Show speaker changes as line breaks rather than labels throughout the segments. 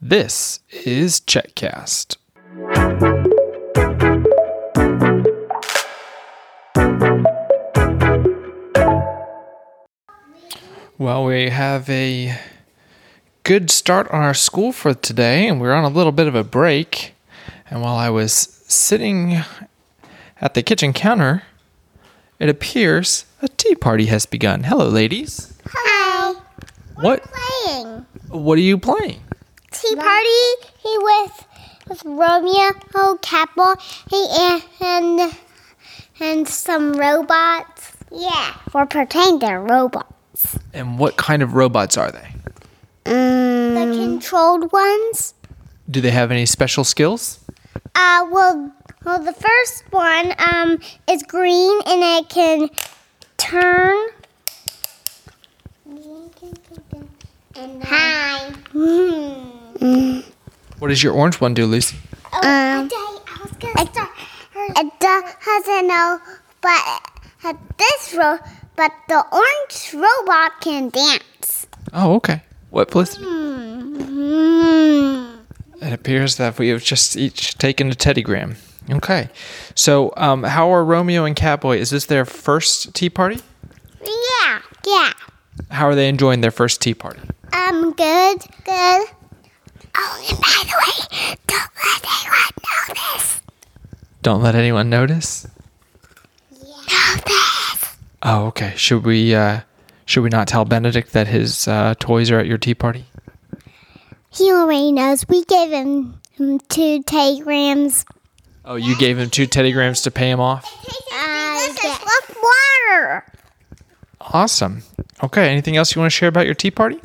This is Checkcast. Well, we have a good start on our school for today, and we're on a little bit of a break. And while I was sitting at the kitchen counter, it appears a tea party has begun. Hello, ladies.
Hi.
What
Playing.
what are you playing?
Tea party. He with with Romeo Capel. He and and, and some robots. Yeah. We're pretending they're robots.
And what kind of robots are they?
The controlled ones.
Do they have any special skills?
Uh well well the first one um is green and it can um, turn. Hi.
What does your orange one do, Lucy?
um, it, it doesn't know, but uh, this ro- but the orange robot can dance.
Oh, okay. What, Felicity?
Mm.
It appears that we have just each taken a teddygram. Okay. So, um, how are Romeo and Catboy? Is this their first tea party?
Yeah, yeah.
How are they enjoying their first tea party?
Um, good, good. Oh, and by the way, don't let anyone know this.
Don't let anyone notice.
Know this.
Oh, okay. Should we uh, should we not tell Benedict that his uh, toys are at your tea party?
He already knows. We gave him, him two tagrams.
Oh, you gave him two teddygrams to pay him off.
Uh, this is with water.
Awesome. Okay. Anything else you want to share about your tea party?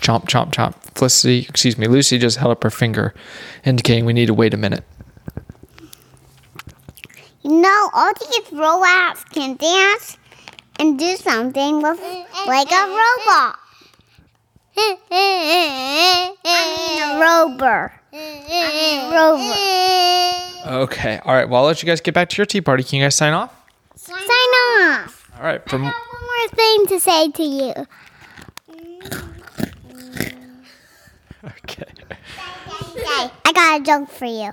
Chomp, chomp, chomp. Felicity, excuse me, Lucy just held up her finger, indicating we need to wait a minute.
You know, all these robots can dance and do something with like a robot. I mean a rover. I mean rover.
Okay. All right. Well, I'll let you guys get back to your tea party. Can you guys sign off?
Sign off.
All right. From
One more thing to say to you.
okay.
Okay, I got a joke for you.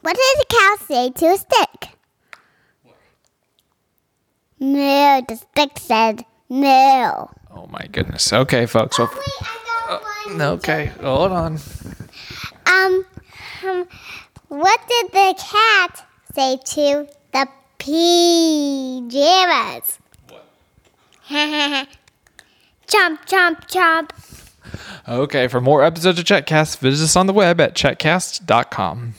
What does a cow say to a stick? No, the stick said no.
Oh my goodness. Okay, folks. Well, uh, okay. Hold on.
Um, um, what did the cat say to the pajamas? What? chomp, chomp, chomp.
Okay. For more episodes of Checkcast, visit us on the web at checkcast.com.